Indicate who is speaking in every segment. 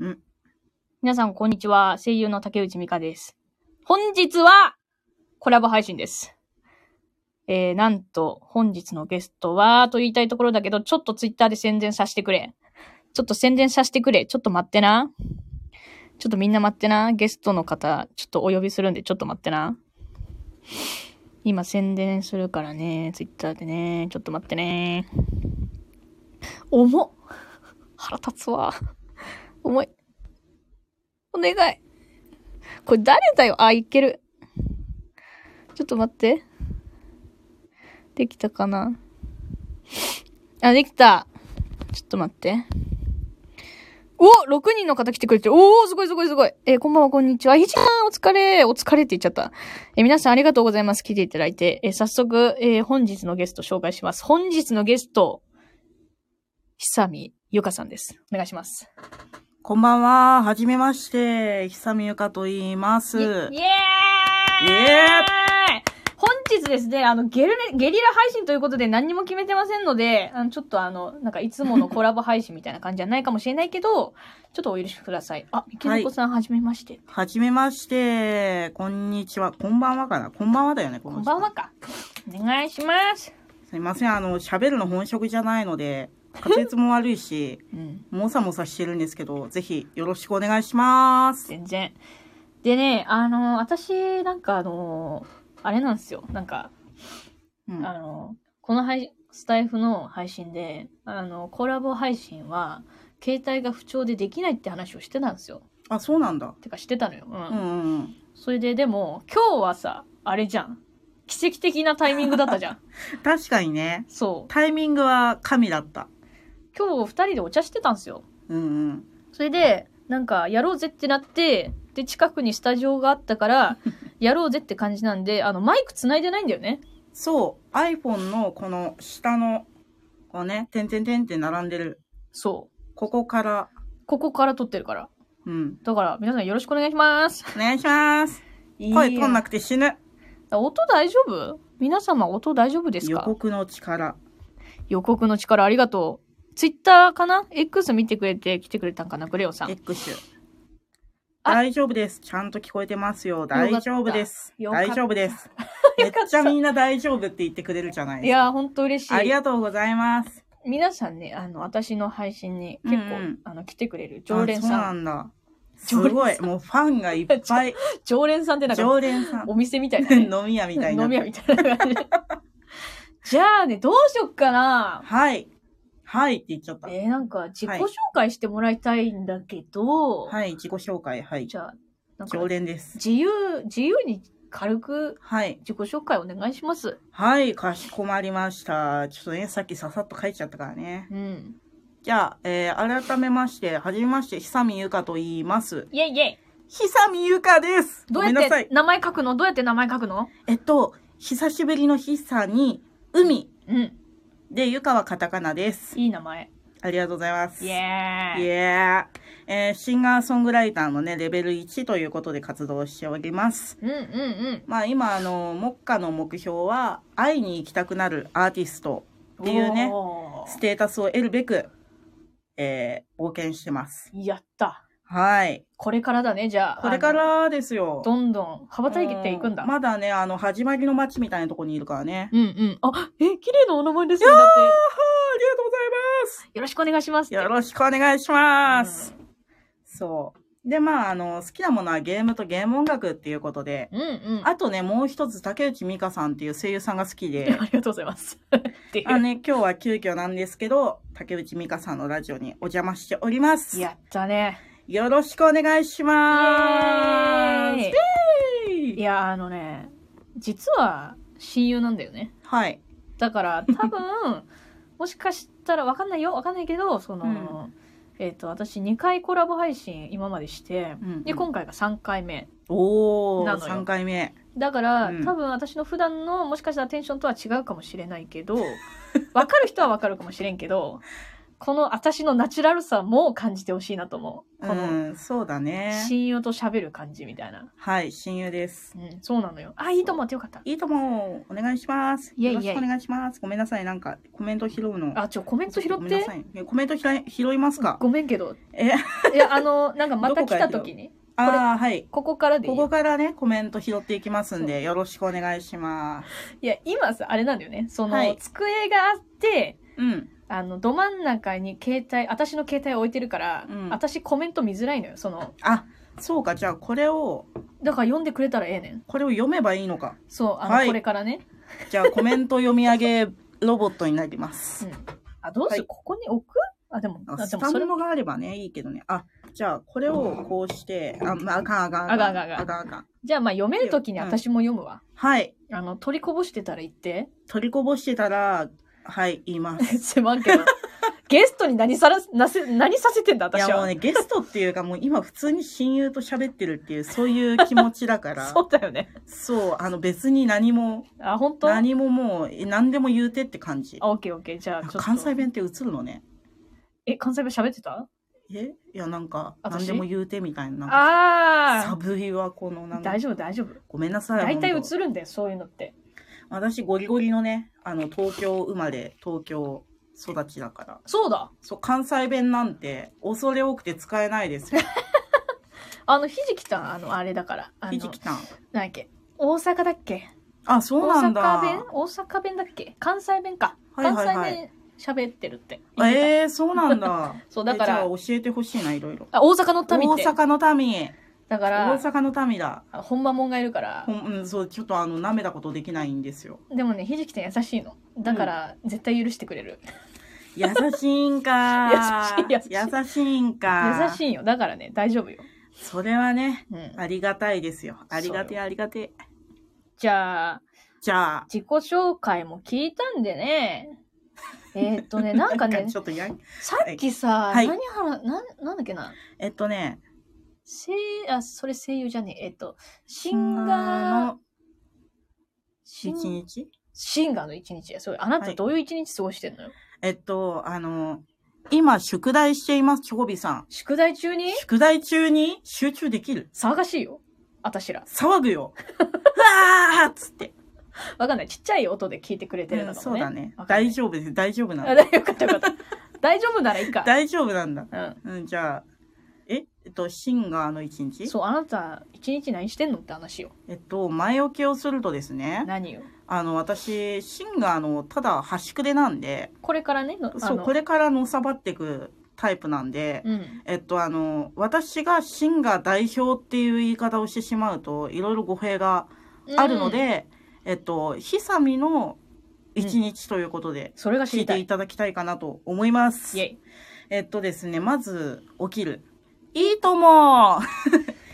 Speaker 1: うん
Speaker 2: 皆さん、こんにちは。声優の竹内美香です。本日は、コラボ配信です。えー、なんと、本日のゲストは、と言いたいところだけど、ちょっとツイッターで宣伝させてくれ。ちょっと宣伝させてくれ。ちょっと待ってな。ちょっとみんな待ってな。ゲストの方、ちょっとお呼びするんで、ちょっと待ってな。今宣伝するからね、ツイッターでね。ちょっと待ってね。重っ。腹立つわ。重い。お願い。これ誰だよあ、いける。ちょっと待って。できたかなあ、できた。ちょっと待って。お !6 人の方来てくれてる。おーすごいすごいすごい。えーこんばんは、こんにちは。ひじゃんお疲れお疲れって言っちゃった。えー皆さんありがとうございます。来ていただいて。えー早速、えー本日のゲスト紹介します。本日のゲスト、久美ゆかさんです。お願いします。
Speaker 1: こんばんは。はじめまして。久美ゆかと言い
Speaker 2: イイ
Speaker 1: ま
Speaker 2: エ
Speaker 1: す
Speaker 2: ー。イ
Speaker 1: イエ
Speaker 2: 本日ですね、あの、ゲルレゲリラ配信ということで何にも決めてませんので、あのちょっとあの、なんかいつ ものコラボ配信みたいな感じじゃないかもしれないけど、ちょっとお許しください。あ、みきのこさん、はじめまして。
Speaker 1: はじめまして。こんにちは。こんばんはかな。こんばんはだよね。
Speaker 2: こ
Speaker 1: この
Speaker 2: ん
Speaker 1: 人
Speaker 2: ばんは。か。お願いします。
Speaker 1: すいません。あの、喋るの本職じゃないので、滑舌も悪いし、
Speaker 2: うん、
Speaker 1: もさもさしてるんですけど、ぜひよろしくお願いします。
Speaker 2: 全然。でね、あの、私、なんかあの、あれなんですよ。なんか、
Speaker 1: うん。
Speaker 2: あの、この配スタイフの配信で、あの、コラボ配信は、携帯が不調でできないって話をしてたんですよ。
Speaker 1: あ、そうなんだ。
Speaker 2: てかしてたのよ。う
Speaker 1: うん
Speaker 2: ん。
Speaker 1: うんうん。
Speaker 2: それででも、今日はさ、あれじゃん。奇跡的なタイミングだったじゃ ん。
Speaker 1: 確かにね。
Speaker 2: そう。
Speaker 1: タイミングは神だった。
Speaker 2: 今日二人でお茶してたんですよ。
Speaker 1: うんうん。
Speaker 2: それで、なんか、やろうぜってなって、で、近くにスタジオがあった から、やろうぜって感じなんで、あの、マイク繋いでないんだよね。
Speaker 1: そう。iPhone のこの下の、こうね、てんてんてんって並んでる。
Speaker 2: そ
Speaker 1: ここから、
Speaker 2: う。ここから撮ってるから。
Speaker 1: うん。
Speaker 2: だから、皆さんよろしくお願いします。
Speaker 1: お願いします。声取んなくて死ぬ。
Speaker 2: 音大丈夫皆様音大丈夫です
Speaker 1: 予
Speaker 2: か
Speaker 1: 告の力。
Speaker 2: 予告の力ありがとう。ツイッターかな ?X 見てくれて来てくれたんかなグレオさん。
Speaker 1: X。
Speaker 2: あ
Speaker 1: 大丈夫です。ちゃんと聞こえてますよ。
Speaker 2: かった
Speaker 1: 大丈夫です。
Speaker 2: よかっ
Speaker 1: 大
Speaker 2: た
Speaker 1: 丈夫です。めっちゃみんな大丈夫って言ってくれるじゃない
Speaker 2: い
Speaker 1: ですか。
Speaker 2: やー、ほんと嬉し
Speaker 1: あり
Speaker 2: い。
Speaker 1: がとうございます。
Speaker 2: 皆さんね、あの、私の配信に結構、
Speaker 1: うんうん
Speaker 2: あの、来てくれる常連
Speaker 1: あそう
Speaker 2: さ。
Speaker 1: なんんだ。す
Speaker 2: 常連さん
Speaker 1: ごい。もうファンがいっぱい。
Speaker 2: 常連さんって なんか、
Speaker 1: 常連さん。
Speaker 2: お店みたいな、ね。
Speaker 1: 飲み屋みたいな。
Speaker 2: 飲み屋みたいな感じ。じゃあね、どうしよっかな。
Speaker 1: はい。はいって言っちゃった。
Speaker 2: えー、なんか、自己
Speaker 1: はい
Speaker 2: 紹介してもらいたいんだけど、
Speaker 1: はい、自己紹介。はい。
Speaker 2: じゃあ、なんか
Speaker 1: 常、連です。
Speaker 2: 自由、自由に軽く
Speaker 1: はい。
Speaker 2: 自己紹介お願いします。
Speaker 1: はい、かしこまりました。ちょっとね、さっきささっと書いちゃったからね。
Speaker 2: うん。
Speaker 1: じゃあ、えー、改めまして、はじめまして、久美ゆかと言います。
Speaker 2: イェイイェイ。
Speaker 1: 久美ゆかです
Speaker 2: ど
Speaker 1: ご
Speaker 2: うや
Speaker 1: めんな
Speaker 2: っ
Speaker 1: さ
Speaker 2: て
Speaker 1: い。
Speaker 2: 名前書くのどうやって名前書くの
Speaker 1: えっと、久しぶりの久に、海
Speaker 2: うん。
Speaker 1: で、ゆかはカタカナです。
Speaker 2: いい名前。
Speaker 1: ありがとうございます。
Speaker 2: イェ
Speaker 1: イ
Speaker 2: ーイ。
Speaker 1: エーイえーシンガーソングライターのね、レベル1ということで活動しております。
Speaker 2: うんうんうん。
Speaker 1: まあ今、あの、目下の目標は、会いに行きたくなるアーティストっていうね、
Speaker 2: おー
Speaker 1: ステータスを得るべく、えー、冒険してます。
Speaker 2: やった。
Speaker 1: はい。
Speaker 2: これからだね、じゃあ。
Speaker 1: これか
Speaker 2: あの
Speaker 1: らですよ。
Speaker 2: どんどん羽ばたいていくんだ。
Speaker 1: うまだね、あの、始まりの街みたいなとこにいるからね。
Speaker 2: うんうん。あ、え、綺麗なお名前ですね。だっ
Speaker 1: あありがとうございます。
Speaker 2: て。よろしくお願いしますって。
Speaker 1: よろしくお願いします。そう。で、まあ、あの、好きなものはゲームとゲーム音楽っていうことで、
Speaker 2: うんうん。あ
Speaker 1: あとね、もう一つ、竹内美香さんっていう声優さんが好 きで、
Speaker 2: りがとうございます。っていう
Speaker 1: あのね、今日は急遽なんですけど、竹内美香さんのラジオにお邪魔しております。
Speaker 2: やったね。
Speaker 1: よろしくお願いします。
Speaker 2: イエーいや、あのね、実は親友なんだよね。
Speaker 1: はい。
Speaker 2: だ から多分もしかしたらわかんないよわかんないけどその、えっ、と私2回コラボ配信今までして
Speaker 1: うんうん
Speaker 2: で今回が3回目
Speaker 1: お
Speaker 2: な
Speaker 1: ー、
Speaker 2: のよ
Speaker 1: 3回目。
Speaker 2: だから、
Speaker 1: うん
Speaker 2: 多分私の普段の もしかしたらテンションとは違うかもしれないけどわかる人はわかるかもしれんけどこの私のナチュラルさも感じてほしいなと思う。こ
Speaker 1: う
Speaker 2: の、
Speaker 1: ん、そうだね。
Speaker 2: 親友と喋る感じみたいな。
Speaker 1: はい、親友です。
Speaker 2: うん、そうなのよ。あ、いいと思ってよかった。
Speaker 1: いいとも、お願いします。
Speaker 2: いえいえ
Speaker 1: よろしくお願いします。ごめんなさい、なんか、コメント拾うの。
Speaker 2: あ、ちょ、コメント拾
Speaker 1: ご
Speaker 2: っ
Speaker 1: めんな
Speaker 2: て
Speaker 1: さ。い。コメント拾い拾いますか
Speaker 2: ごめんけど。
Speaker 1: え、
Speaker 2: いや、あの、なんかまた来た
Speaker 1: どこから拾う
Speaker 2: 時に、
Speaker 1: ああ、はい。
Speaker 2: ここからでい
Speaker 1: こ
Speaker 2: い
Speaker 1: こからね、コメント拾っていきますんで、よろしくお願いします。
Speaker 2: いや、今さ、あれなんだよね。その、
Speaker 1: はい
Speaker 2: 机があって、
Speaker 1: うん。
Speaker 2: あの、ど真ん中に携帯、私の携帯置いてるから、
Speaker 1: うん
Speaker 2: 私コメント見づらいのよ。その、
Speaker 1: あ、そうか、じゃあこれを、
Speaker 2: だから読んでくれたらええねん。
Speaker 1: これを読めばいいのか。
Speaker 2: そう、あの、
Speaker 1: はい
Speaker 2: これからね。
Speaker 1: じゃあコメント読み上げロボットになります。
Speaker 2: あ、どうする、
Speaker 1: はい
Speaker 2: ここに置くあ、でも、
Speaker 1: あ
Speaker 2: あ、で
Speaker 1: ス
Speaker 2: も
Speaker 1: タ
Speaker 2: それ
Speaker 1: ン
Speaker 2: も、
Speaker 1: ドがあればね、いいけどね。あ、じゃあこれをこうして、あ、まあ、あかんあかん
Speaker 2: あかんあかん
Speaker 1: あかんあかん。
Speaker 2: じゃあまあ読める時に私も読むわ。
Speaker 1: はい。
Speaker 2: あの、取りこぼしてたら言って。
Speaker 1: 取りこぼしてたら、はい、言います。
Speaker 2: すまんけど。ゲストに何さら、なせ、何させてんだ
Speaker 1: い
Speaker 2: 私は。
Speaker 1: やもうね、ゲストっていうかもう今普通に親友と喋ってるっていう、そういう気持ちだから。
Speaker 2: そうだよね。
Speaker 1: そう、あの別に何も、
Speaker 2: あ、本当あ、
Speaker 1: 何ももう、え何でも言うてって感じ。
Speaker 2: オッケーオッケー。じゃあ、ちょっと。
Speaker 1: 関西弁って映るのね。
Speaker 2: え、関西弁喋ってた
Speaker 1: えいや、なんか、
Speaker 2: 私
Speaker 1: 何でも言うてみたいな。なんかサ
Speaker 2: あ
Speaker 1: ブリはこのな
Speaker 2: あ
Speaker 1: んか
Speaker 2: 大、丈夫、大丈夫。
Speaker 1: ごめんなさい。
Speaker 2: 大体
Speaker 1: 本当
Speaker 2: 映るんだよ、そういうのって。
Speaker 1: 私、ゴリゴリのね、あの、東京生まれ、東京育ちだから。
Speaker 2: そうだ
Speaker 1: そう、関西弁なんて、恐れ多くて使えないですよ。
Speaker 2: あの、ひじきたん、あの、あれだから。あの
Speaker 1: ひじきたん。
Speaker 2: なんだっけ大阪だっけ
Speaker 1: あ、そうなん
Speaker 2: 大阪。
Speaker 1: だ
Speaker 2: 弁大阪弁だっけ関西弁か。
Speaker 1: はいはいはい
Speaker 2: 関西弁喋ってるって。。
Speaker 1: ええー、そうなんだ
Speaker 2: そうだから
Speaker 1: えじゃあ教えてほしいな、いろいろ。
Speaker 2: あ、大阪の
Speaker 1: 大
Speaker 2: 民って。
Speaker 1: 阪の民。
Speaker 2: だか
Speaker 1: 大
Speaker 2: ら、
Speaker 1: 阪の民だ。
Speaker 2: あほんまもんがいるから
Speaker 1: ほ。んうん、そう、ちょっとあの、舐めたことできないんですよ。
Speaker 2: でもね、ひじきたん優しいの。だから、絶対許してくれる。
Speaker 1: 優しいんか
Speaker 2: 優しい優しい
Speaker 1: 優しいんか
Speaker 2: 優しいよ。だからね、大丈夫よ。
Speaker 1: それはね、
Speaker 2: うん。
Speaker 1: ありがたいですよ。ありがて
Speaker 2: そう
Speaker 1: え、ありがてえ。
Speaker 2: じゃあ、
Speaker 1: じゃあ、
Speaker 2: 自己紹介も聞いたんで ね。えーっとね、なんかね
Speaker 1: ち、ょっとやん
Speaker 2: さっきさ、
Speaker 1: はい
Speaker 2: 何話、なん、なんだっけな。
Speaker 1: えっとね、
Speaker 2: 声あ、それ声優じゃねえ。えっと、シンガー、
Speaker 1: の
Speaker 2: シ
Speaker 1: 一
Speaker 2: ン
Speaker 1: 日
Speaker 2: シンガーの一日や。そう、あな
Speaker 1: は
Speaker 2: た
Speaker 1: い
Speaker 2: どういう一日過ごしてんのよ。
Speaker 1: えっと、あの、今、宿題しています、チョコビさん。
Speaker 2: 宿題中に
Speaker 1: 宿題中に集中できる
Speaker 2: 騒がしいよ。あたしら。
Speaker 1: 騒ぐ ようわーっつって。
Speaker 2: わかんない。ちっちゃい音で聞いてくれてる
Speaker 1: う
Speaker 2: の
Speaker 1: ん
Speaker 2: か
Speaker 1: そ
Speaker 2: も
Speaker 1: う
Speaker 2: ね。
Speaker 1: だね
Speaker 2: わ。かんな
Speaker 1: 大
Speaker 2: い
Speaker 1: 丈夫です。大丈夫なん
Speaker 2: あ
Speaker 1: だ。
Speaker 2: だよかったよかった。大丈夫ならいいか。
Speaker 1: 大丈夫なんだ。
Speaker 2: う
Speaker 1: うん、じゃあ、ええっと、シンガーの一
Speaker 2: ん。
Speaker 1: 日
Speaker 2: そう、あなた、一日何してんのって話よ。
Speaker 1: えっと、前置きをするとですね、
Speaker 2: 何よ。
Speaker 1: あの、私、シンガーの、ただ、端くれなんで、
Speaker 2: これからね、のあの
Speaker 1: そう、これからのさばってくタイプなんで、
Speaker 2: うん。
Speaker 1: えっと、あの、私がシンガー代表っていう言い方をしてしまうと、いろいろ語弊があるの
Speaker 2: うん、
Speaker 1: で、えっと、ひさみの一日ということで、
Speaker 2: それが知
Speaker 1: 聞
Speaker 2: り
Speaker 1: い
Speaker 2: た
Speaker 1: て
Speaker 2: い。
Speaker 1: いただきたいかなと思います。
Speaker 2: イェイ。
Speaker 1: えっとですね、まず、起きる。いいとも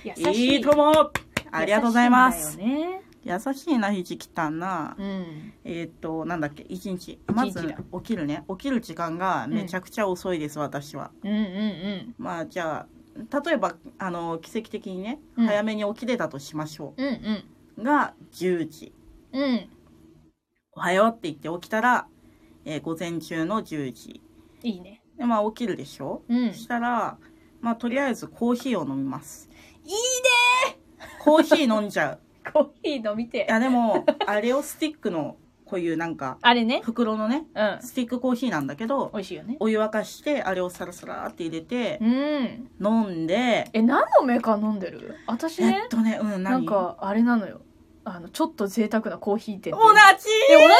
Speaker 2: 優しい。
Speaker 1: いいともありがとうございます。
Speaker 2: 優しいんだよね。
Speaker 1: 優しいな、ひじきたんな。
Speaker 2: うん。
Speaker 1: えーっと、なんだっけ、一日。まず
Speaker 2: 一日だ、
Speaker 1: 起きるね。起きる時間がめちゃくちゃ遅いです、私は。
Speaker 2: うんうん
Speaker 1: まあ、じゃあ、例えば、あの、奇跡的にね、
Speaker 2: うん
Speaker 1: 早めに起きれたとしましょ
Speaker 2: うん。うん
Speaker 1: う。が、10時。
Speaker 2: うん。うん。
Speaker 1: おはようって言って起きたら、えー午前中の10時。
Speaker 2: いいね。
Speaker 1: で、まあ、起きるでしょ、
Speaker 2: うん。
Speaker 1: したら、まあ、とりあえずコーヒーを飲みます。
Speaker 2: いい
Speaker 1: コーヒー飲んじゃう。
Speaker 2: コーヒー飲みて
Speaker 1: い
Speaker 2: え。
Speaker 1: や、でも、あれをスティックの、こういうなんか、
Speaker 2: あれね。
Speaker 1: 袋のね、
Speaker 2: うん。
Speaker 1: スティックコーヒーなんだけど
Speaker 2: 美、味しいよね。
Speaker 1: お湯沸かして、あれをサラサラって入れて、
Speaker 2: うん。
Speaker 1: 飲んで、
Speaker 2: え、何のメーカー飲んでる私
Speaker 1: え
Speaker 2: ね
Speaker 1: っ、とね、うん、何
Speaker 2: なん、か、あれなのよ。あの、ちょっと贅沢なコーヒー店で。
Speaker 1: 同じ
Speaker 2: え、同じ あれ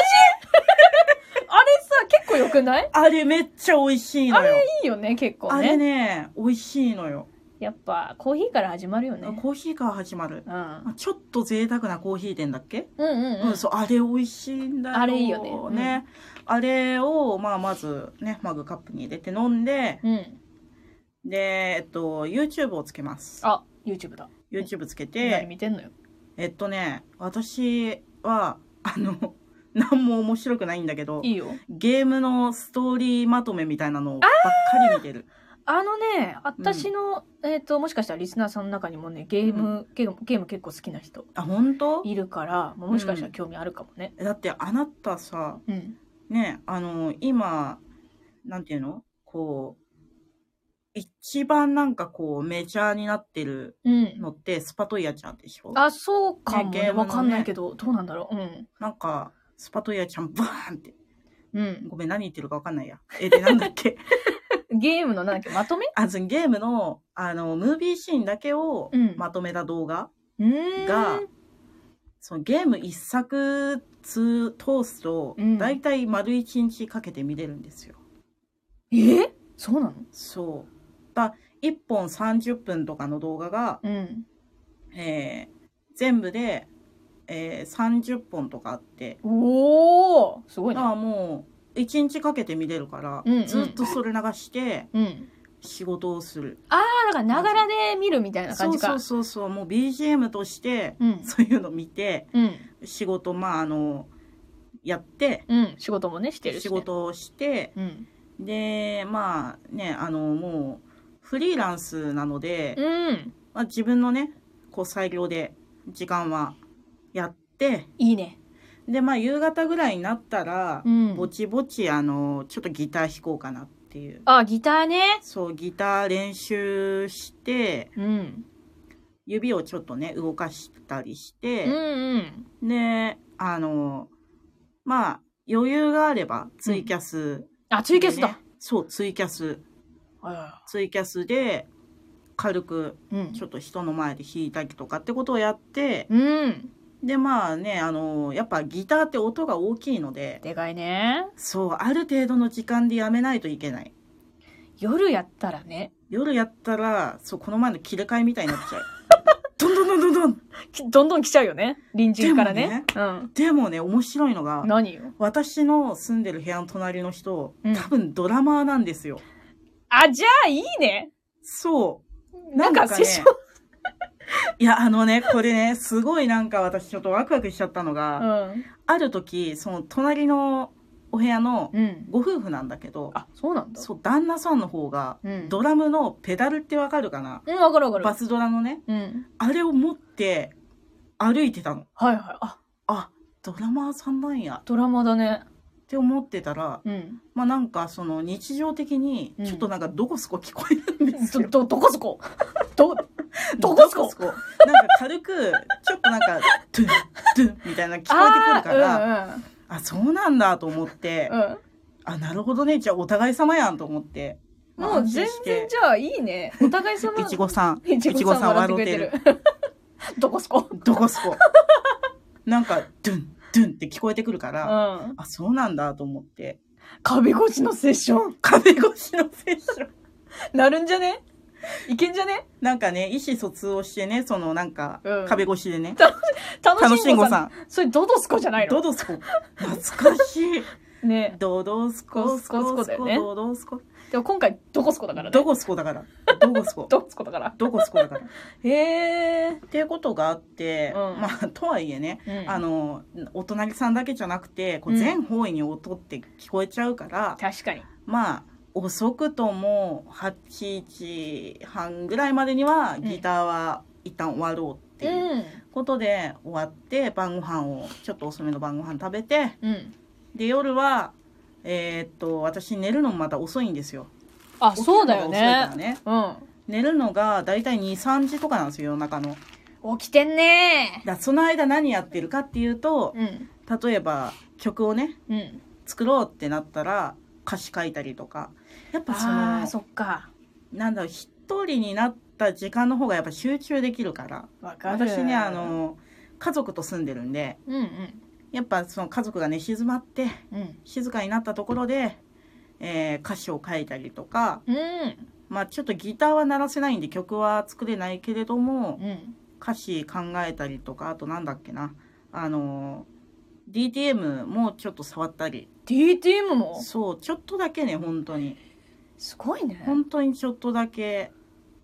Speaker 2: さ、結構良くない
Speaker 1: あれめっちゃ美味しいのよ。
Speaker 2: いいよね、結構
Speaker 1: あれ
Speaker 2: ね。
Speaker 1: ね、美味しいのよ。
Speaker 2: やっぱ、コーヒーから始まるよね。
Speaker 1: コーヒーから始まる。
Speaker 2: うん。うん
Speaker 1: あちょっと贅沢なコーヒー店だっけ、
Speaker 2: うん
Speaker 1: うん、
Speaker 2: うん。
Speaker 1: そう、あれ美味しいんだよ。
Speaker 2: あれいいよねうん
Speaker 1: ねあれを、まあ、まずね、マグカップに入れて飲んで、
Speaker 2: うん。
Speaker 1: で、えっと、YouTube をつけます。
Speaker 2: あ、YouTube だ。
Speaker 1: YouTube つけ
Speaker 2: 何
Speaker 1: て、
Speaker 2: 見てんのよ。
Speaker 1: えっとね、私は、あの、 何も面白くないんだけど、
Speaker 2: いいよ。
Speaker 1: ゲームのストーリーまとめみたいなのばっかり見てる。
Speaker 2: あのね、私の、えっ、と、もしかしたらリスナーさんの中にもね、ゲーム、ゲーム、ゲーム結構好きな人
Speaker 1: あ、本当
Speaker 2: いるから、もうもしかしたら興味あるかもね。
Speaker 1: だってあなたさ、
Speaker 2: うん。
Speaker 1: ね、あの、今、なんていうのこう、一番なんかこう、メジャーになってる
Speaker 2: うん。
Speaker 1: のって、スパトイヤちゃんでしょ
Speaker 2: あ、そうかも
Speaker 1: ねゲ
Speaker 2: ね。
Speaker 1: ームの
Speaker 2: わ
Speaker 1: ね
Speaker 2: かんないけど、どうなんだろう。うん。
Speaker 1: なんか、スパトイヤちゃん、バーンって。
Speaker 2: うん。
Speaker 1: ごめん、何言ってるかわかんないや。え、で、なんだっ け
Speaker 2: ゲームのなんだっけ、まとめ
Speaker 1: あ、そのゲームの、あの、ムービーシーンだけを
Speaker 2: うん
Speaker 1: まとめた動画。
Speaker 2: うーん。
Speaker 1: がそのゲーム一作通通すと
Speaker 2: うん、
Speaker 1: だいたい丸一日かけて見れるんですよ。
Speaker 2: えそうなの
Speaker 1: そう。だ1本30分とかの動画が、
Speaker 2: うん。
Speaker 1: えー全部で、えー30本とかあって、
Speaker 2: おーすごい
Speaker 1: だか
Speaker 2: な。
Speaker 1: らもう、1日かけて見れるから、
Speaker 2: うんうん
Speaker 1: ずっとそれ流して、
Speaker 2: うん。
Speaker 1: 仕事をする。
Speaker 2: あ、だから、ながらで見るみたいな
Speaker 1: そ
Speaker 2: 感
Speaker 1: う
Speaker 2: じか。
Speaker 1: そうそうそう、もう BGM として、
Speaker 2: うん。
Speaker 1: そういうの見て、
Speaker 2: うん。
Speaker 1: 仕事、まあ、あの、やって、
Speaker 2: うん。仕事もね、してるし、
Speaker 1: 仕
Speaker 2: ね。。
Speaker 1: 事をして、
Speaker 2: うん。
Speaker 1: で、まあね、あの、もう、フリーランスなので、
Speaker 2: うん。
Speaker 1: まあ、自分のね、こう、裁量で時間はやって、
Speaker 2: いいね。
Speaker 1: で、まあ、夕方ぐらいになったら
Speaker 2: う、ん
Speaker 1: ぼ。ちぼち、あの、ちょっとギター弾こうかなっていう。
Speaker 2: あ、ギターね。
Speaker 1: そう、ギター練習して、
Speaker 2: うん。
Speaker 1: 指をちょっとね、動かしたりし
Speaker 2: うん
Speaker 1: て、
Speaker 2: うん。
Speaker 1: で、あの、まあ、余裕があれば、ツイキャス、
Speaker 2: あ、ツイキャス
Speaker 1: で
Speaker 2: だ
Speaker 1: ね。そう、ツイキャス。
Speaker 2: あ
Speaker 1: ツイキャスで、軽く、
Speaker 2: うん
Speaker 1: ちょっと人の前で弾いたりとかってことをやって、
Speaker 2: うん。
Speaker 1: で、まあね、あの、やっぱギターって音が大きいので、
Speaker 2: でかいね。
Speaker 1: そう、ある程度の時間でやめないといけない。
Speaker 2: 夜やったらね。
Speaker 1: 夜やったら、そう、この前の切れ替えみたいになっち ゃう。どんどんどんどんどん
Speaker 2: きどんどん来ちゃうよね。隣人からね。うん。
Speaker 1: でもね、面白いのが、
Speaker 2: 何よ。
Speaker 1: 私の住んでる部屋の隣の人、
Speaker 2: うん
Speaker 1: 多分ドラマーなんですよ。
Speaker 2: あ、じゃあいいね。
Speaker 1: そう。
Speaker 2: なんか、セッション。
Speaker 1: いや、あのね、これね、すごいなんか私ちょっとワクワクしちゃったのが、
Speaker 2: うん。
Speaker 1: ある時、その隣のお部屋の
Speaker 2: うん。
Speaker 1: ご夫婦なんだけど、
Speaker 2: あ、そうなんだ。
Speaker 1: そう、旦那さんの方が、
Speaker 2: うん。
Speaker 1: ドラムのペダルってわかるかな
Speaker 2: うん、わかるわかる。
Speaker 1: バスドラのね、
Speaker 2: うん。
Speaker 1: あれを持って歩いてたの。
Speaker 2: はいはい。あ、
Speaker 1: あ、ドラマーさんなんやっ
Speaker 2: ドラマだね。
Speaker 1: て思ってたら、
Speaker 2: うん。
Speaker 1: まあなんかその日常的に
Speaker 2: うん
Speaker 1: ちょっとなんかどこそこ聞こえるんです
Speaker 2: ど、
Speaker 1: よ。
Speaker 2: ど、どこそこ ど、どこそこ
Speaker 1: どこなんか軽く、ちょっとなんか、ドゥン、ドゥンみたいなの聞こえてくるから、あ,、
Speaker 2: あ
Speaker 1: そうなんだと思って、
Speaker 2: ーうんうん。
Speaker 1: あ、なるほどね。じゃあお互い様やんと思って。
Speaker 2: うん。もう全然じゃあいいね。お互い様。
Speaker 1: いちごさん。
Speaker 2: いちごさん笑ってくれて
Speaker 1: いちごさん笑
Speaker 2: る。どこそこ
Speaker 1: どこ そこ。なんか、ドゥン、ドゥンって聞こえてくるか
Speaker 2: う
Speaker 1: ら、
Speaker 2: ん。
Speaker 1: あ、そうなんだと思って。
Speaker 2: 壁越しのセッション。
Speaker 1: 壁越しのセッション。
Speaker 2: なるんじゃねいけんじゃね
Speaker 1: なんかね、意思疎通をしてね、そのなんか
Speaker 2: うん、
Speaker 1: 壁越しでね。
Speaker 2: 楽
Speaker 1: 楽
Speaker 2: し
Speaker 1: し
Speaker 2: ん
Speaker 1: ん
Speaker 2: ご
Speaker 1: ご
Speaker 2: さん。
Speaker 1: さん。
Speaker 2: それドドスコじゃない
Speaker 1: ド
Speaker 2: の
Speaker 1: ドスコ。懐かしい。
Speaker 2: ね。
Speaker 1: ドドスコ、スコ、ス
Speaker 2: スコ
Speaker 1: コ、
Speaker 2: スコだよね
Speaker 1: ドドスコ。
Speaker 2: でも今回ドコスコだからね。
Speaker 1: どこスコだから。どこス コ。
Speaker 2: ドコスコだから。
Speaker 1: どこスコだから。っ
Speaker 2: へえ。
Speaker 1: ていうことがあって、
Speaker 2: うん
Speaker 1: まあ、とはいえね、
Speaker 2: うん
Speaker 1: あの、お隣さんだけじゃなくて、こう
Speaker 2: うん
Speaker 1: 全方位に音って聞こえちゃうから、
Speaker 2: 確かに。
Speaker 1: まあ、遅くとも8時半ぐらいまでにはギターは一旦終わろうっていう
Speaker 2: うん。
Speaker 1: ことで終わって、晩ご飯を、ちょっと遅めの晩ご飯食べて、
Speaker 2: うん。
Speaker 1: で、夜は、えーっと、私寝るのもまた遅いんですよ。
Speaker 2: あ、そうだよ
Speaker 1: 起きるのが遅いから
Speaker 2: ね。
Speaker 1: ね。
Speaker 2: うん。
Speaker 1: 寝るのが大体2、3時とかなんですよ、夜中の。
Speaker 2: 起きてんね
Speaker 1: だその間何やってるかっていうと、
Speaker 2: うん。
Speaker 1: 例えば曲をね、
Speaker 2: うん。
Speaker 1: 作ろうってなったら歌詞書いたりとか。やっぱそ
Speaker 2: あ
Speaker 1: の、
Speaker 2: あ、そっか。
Speaker 1: なんだろう、一人になった時間の方がやっぱ集中できるから。
Speaker 2: わかる。
Speaker 1: 私ね、あ、の、家族と住んでるんで、
Speaker 2: うんうん。
Speaker 1: やっぱその家族がね、静まって、
Speaker 2: うん。
Speaker 1: 静かになったところで、えー歌詞を書いたりとか、
Speaker 2: うん。
Speaker 1: まあちょっとギターは鳴らせないんで曲は作れないけれども、
Speaker 2: うん。
Speaker 1: 歌詞考えたりとか、あとなんだっけな、あの、DTM もちょっと触ったり、
Speaker 2: DTM も
Speaker 1: そう、ちょっとだけね、本当に。
Speaker 2: すごいね。
Speaker 1: 本当にちょっとだけ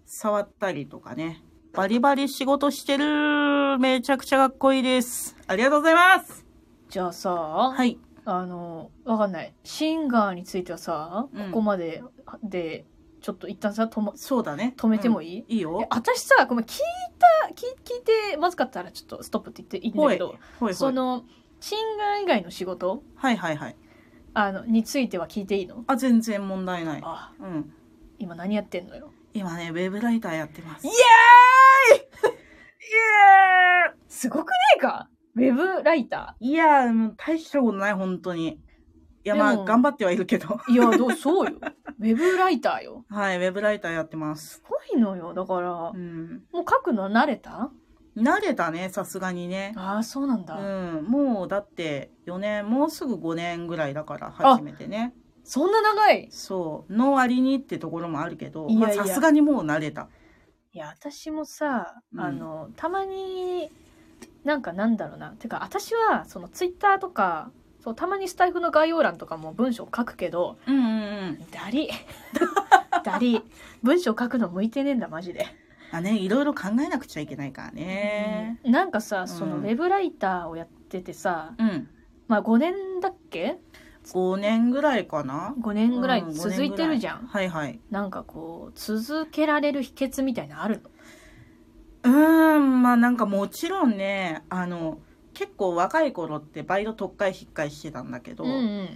Speaker 1: 触ったりとかね。バリバリ仕事してる。めちゃくちゃかっこいいです。ありがとうございます。
Speaker 2: じゃあさ、
Speaker 1: はい。
Speaker 2: あの、わかんない。シンガーについてはさ、
Speaker 1: うん
Speaker 2: ここまでで、ちょっと一旦さ、とま、
Speaker 1: そうだね。
Speaker 2: 止めても
Speaker 1: い
Speaker 2: いい、
Speaker 1: い、いい
Speaker 2: え
Speaker 1: よ。
Speaker 2: 私さ、ごめん、聞いた、聞聞いてまずかったらちょっとストップって言っていいんだ
Speaker 1: ほ
Speaker 2: け
Speaker 1: い。
Speaker 2: ど、
Speaker 1: ほいほ
Speaker 2: そ
Speaker 1: い。
Speaker 2: の、シンガー以外の仕事
Speaker 1: はいはいはい。
Speaker 2: あの、については聞いていいの
Speaker 1: あ、全然問題ない。
Speaker 2: あ、
Speaker 1: うん。
Speaker 2: 今何やってんのよ。
Speaker 1: 今ね、ウェブライターやってます
Speaker 2: イエ。ーイイエーイすごくないかウェブライタ
Speaker 1: いやー、もう大したことない、本当に。いや、ま
Speaker 2: で
Speaker 1: あ、
Speaker 2: も
Speaker 1: 頑張ってはいるけど。
Speaker 2: ーいや、どう、そうよ。ウェブライターよ。
Speaker 1: はい、ウェブライターやってます。
Speaker 2: すごいのよ。だから、も
Speaker 1: う。
Speaker 2: うん書くの慣れた
Speaker 1: 慣れたね、さすがにね。
Speaker 2: ああ、そうなん
Speaker 1: う
Speaker 2: だ。
Speaker 1: ん。もう、だって、4年、もうすぐ5年ぐらいだから、
Speaker 2: あ
Speaker 1: 初めてね。
Speaker 2: そんな長い
Speaker 1: そう。の割にってところもあるけど、
Speaker 2: い
Speaker 1: ま
Speaker 2: や
Speaker 1: あ
Speaker 2: いや
Speaker 1: さすがにもう慣れた。
Speaker 2: いや、私もさ、
Speaker 1: うん
Speaker 2: あの、たまに、なんかなんだろうな。てか、私は、そのツイッターとか、そう、たまにスタイフの概要欄とかも文章書くけど、
Speaker 1: うんうんうん。
Speaker 2: だ り。だり。文章書くの向いてねえんだ、マジで。
Speaker 1: あね、いろいろ考えなくちゃいけないからね。
Speaker 2: うんなんかさ、
Speaker 1: ん
Speaker 2: そのウェブライターをやっててさ、
Speaker 1: うん。
Speaker 2: まあ5年だっけ
Speaker 1: 5年ぐらいかな。
Speaker 2: ?5 年ぐらい
Speaker 1: うん
Speaker 2: 続いてるじゃん。
Speaker 1: はいはい。
Speaker 2: なんかこう、続けられる秘訣みたいなのあるの
Speaker 1: うーん、まあなんかもちろんね、あの、結構若い頃ってバイト特会引っかえしてたんだけど、
Speaker 2: うん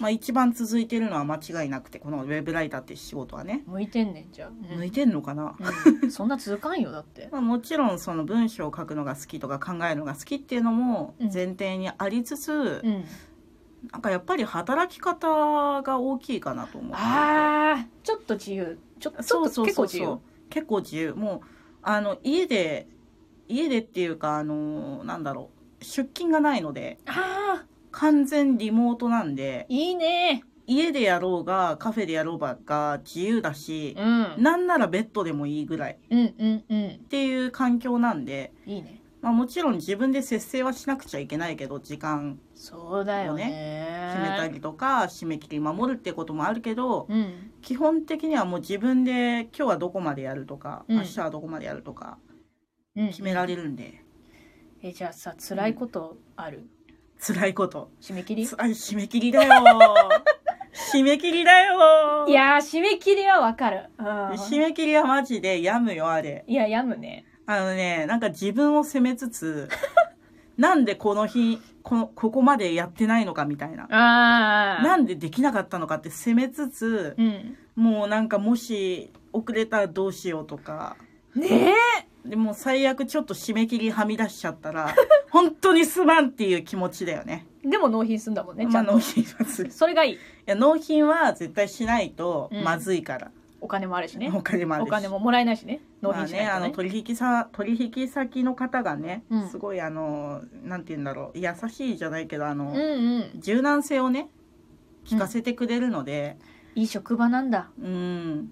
Speaker 1: まあ一番続いてるのは間違いなくて、このウェブライターって仕事はね。
Speaker 2: うん。向いてんねんじゃん。うん
Speaker 1: 向いてんのかな、
Speaker 2: うんそんな続かんよ、だって。
Speaker 1: まあ、もちろんその文章を書くのが好きとか考えるのが好きっていうのも
Speaker 2: うん
Speaker 1: 前提にありつつ、
Speaker 2: うん。
Speaker 1: なんかやっぱり働き方が大きいかなと思う。
Speaker 2: あー、ちょっと自由。ちょちょ
Speaker 1: そう
Speaker 2: っと
Speaker 1: そう
Speaker 2: 結
Speaker 1: そ
Speaker 2: 構
Speaker 1: う
Speaker 2: 自
Speaker 1: そう
Speaker 2: 由。。
Speaker 1: 結構自由。もう、あの、家で、家でっていうか、あの、なんだろう、出勤がないので、
Speaker 2: あー、
Speaker 1: 完全リモートなんで、
Speaker 2: いいね。
Speaker 1: 家でやろうが、カフェでやろうが自由だし
Speaker 2: う、ん。うん
Speaker 1: なんならベッドでもいいぐらいっ
Speaker 2: うんうん。
Speaker 1: ていう環境なんで、
Speaker 2: いいね。
Speaker 1: まあもちろん自分で節制はしなくちゃいけないけど、時間
Speaker 2: そうだよね。
Speaker 1: 決めたりとか、締め切り守るってこともあるけど、
Speaker 2: うん。
Speaker 1: 基本的にはもう自分で今日はどこまでやるとか、
Speaker 2: うん
Speaker 1: 明日はどこまでやるとか
Speaker 2: うん
Speaker 1: 決められるんで、
Speaker 2: えじゃあさ辛いことある、
Speaker 1: 辛いこと
Speaker 2: 締め切り
Speaker 1: つあ締め切りだよ 締め切りだよ
Speaker 2: いやー締め切りはわかる、うん
Speaker 1: 締め切りはマジで病むよあれ
Speaker 2: いややむね
Speaker 1: あのねなんか自分を責めつつ なんでこの日このここまでやってないのかみたいな
Speaker 2: あ
Speaker 1: なんでできなかったのかって責めつつ
Speaker 2: うん
Speaker 1: もうなんかもし遅れたらどうしようとか
Speaker 2: ねえ
Speaker 1: でもう最悪ちょっと締め切りはみ出しちゃったら 本当にすまんっていう気持ちだよね。
Speaker 2: でも納品すんだもんねち
Speaker 1: ま
Speaker 2: ゃ
Speaker 1: あ
Speaker 2: んと、
Speaker 1: 納品はする。い
Speaker 2: それがいい
Speaker 1: や納品は絶対しないと
Speaker 2: うん
Speaker 1: まずいから、
Speaker 2: お金もあるしね
Speaker 1: お金もある
Speaker 2: お
Speaker 1: し。
Speaker 2: 金ももらえないしね納
Speaker 1: まあ
Speaker 2: 品しない
Speaker 1: ね、あ
Speaker 2: と
Speaker 1: の
Speaker 2: ね,、
Speaker 1: 取引さ取引先の方がね、
Speaker 2: うん
Speaker 1: すごいあのなんて言うんだろう優しいじゃないけどあの、
Speaker 2: うんうん
Speaker 1: 柔軟性をね聞かせてくれるので、
Speaker 2: いい職場なんだ
Speaker 1: うん、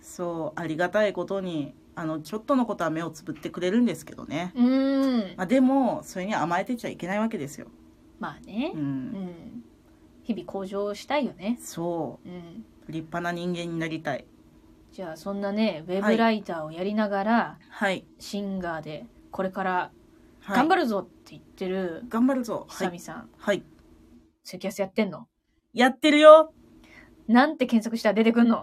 Speaker 1: そうありがたいことにあのちょっとのことは目をつぶってくれるんですけどね。
Speaker 2: うーん
Speaker 1: まあ、でもそれに甘えてちゃいけないわけですよ。
Speaker 2: まあね
Speaker 1: う、
Speaker 2: うんん日々向上したいよね
Speaker 1: そ
Speaker 2: うん
Speaker 1: う立派な人間になりたい。
Speaker 2: じゃあそんなねウェ
Speaker 1: は
Speaker 2: ブ
Speaker 1: い
Speaker 2: ライターをやりながら、
Speaker 1: はい、
Speaker 2: シンガーでこれから
Speaker 1: はい、
Speaker 2: 頑張
Speaker 1: る
Speaker 2: るぞって言ってる
Speaker 1: 頑張るぞ。は
Speaker 2: 久美
Speaker 1: い、
Speaker 2: さん、
Speaker 1: はい、
Speaker 2: ツイキャスやってんの
Speaker 1: やってるよ。
Speaker 2: なんて検索したら出てくんの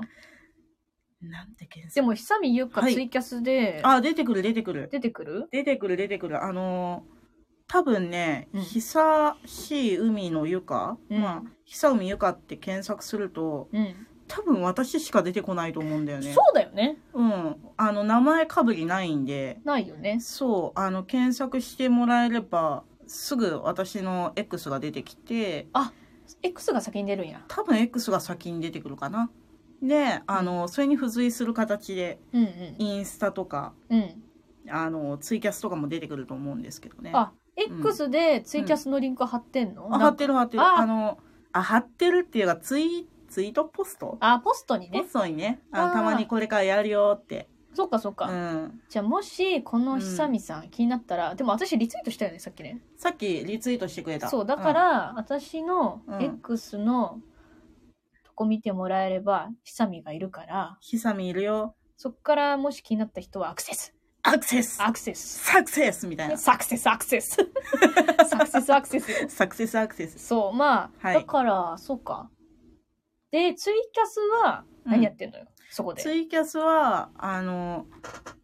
Speaker 1: なんて検
Speaker 2: で
Speaker 1: 索。
Speaker 2: も、久美優香
Speaker 1: はい
Speaker 2: ツイキャスで
Speaker 1: あ出てくる出てくる
Speaker 2: 出てくる、
Speaker 1: 出てくる出てくるあのー多分ね、
Speaker 2: うん
Speaker 1: 久しい海のゆか、
Speaker 2: うん
Speaker 1: まあ久海ゆかって検索すると
Speaker 2: うん
Speaker 1: 多分私しか出てこないと思うんだよね
Speaker 2: そうだよね。
Speaker 1: うんあの名前かぶりないんで
Speaker 2: ないよね。
Speaker 1: そうあの検索してもらえればすぐ私の X が出てきて
Speaker 2: X が先に出るんや。
Speaker 1: 多分 X が先に出てくるかなであの、それに付随する形で
Speaker 2: うんうん。
Speaker 1: インスタとか
Speaker 2: うん。
Speaker 1: あのツイキャスとかも出てくると思うんですけどね
Speaker 2: あ、X でツイキャスのリンク貼ってんの、
Speaker 1: あ貼
Speaker 2: なん
Speaker 1: ってる貼ってる
Speaker 2: あ
Speaker 1: あのあ貼ってるっていうかツイツイートポスト
Speaker 2: あ、ポストに
Speaker 1: ポ
Speaker 2: ね。
Speaker 1: ストにねあ
Speaker 2: あー
Speaker 1: のたまにこれからやるよって
Speaker 2: そっかそっ
Speaker 1: う
Speaker 2: か。
Speaker 1: ん
Speaker 2: じゃあもし、この久美さん気になったら、でも私リツイートしたよね、さっきね。
Speaker 1: さっきリツイートしてくれた
Speaker 2: そう、だか、ら、私の
Speaker 1: うん
Speaker 2: X のとこ見てもらえれば、久美がいるから、
Speaker 1: ひさみいるよ
Speaker 2: そっからもし気になった人はアクセス。
Speaker 1: アクセス
Speaker 2: アクセス。
Speaker 1: サクセスみたいな
Speaker 2: サクセス、アクセス。 サクセス、アクセス。
Speaker 1: サクセスアクセス
Speaker 2: そう、まあ、
Speaker 1: はい
Speaker 2: だから、そうか。で、ツイキャスは、
Speaker 1: うん
Speaker 2: 何やってんのよ、そこ
Speaker 1: ツ
Speaker 2: で。
Speaker 1: イキャスはあの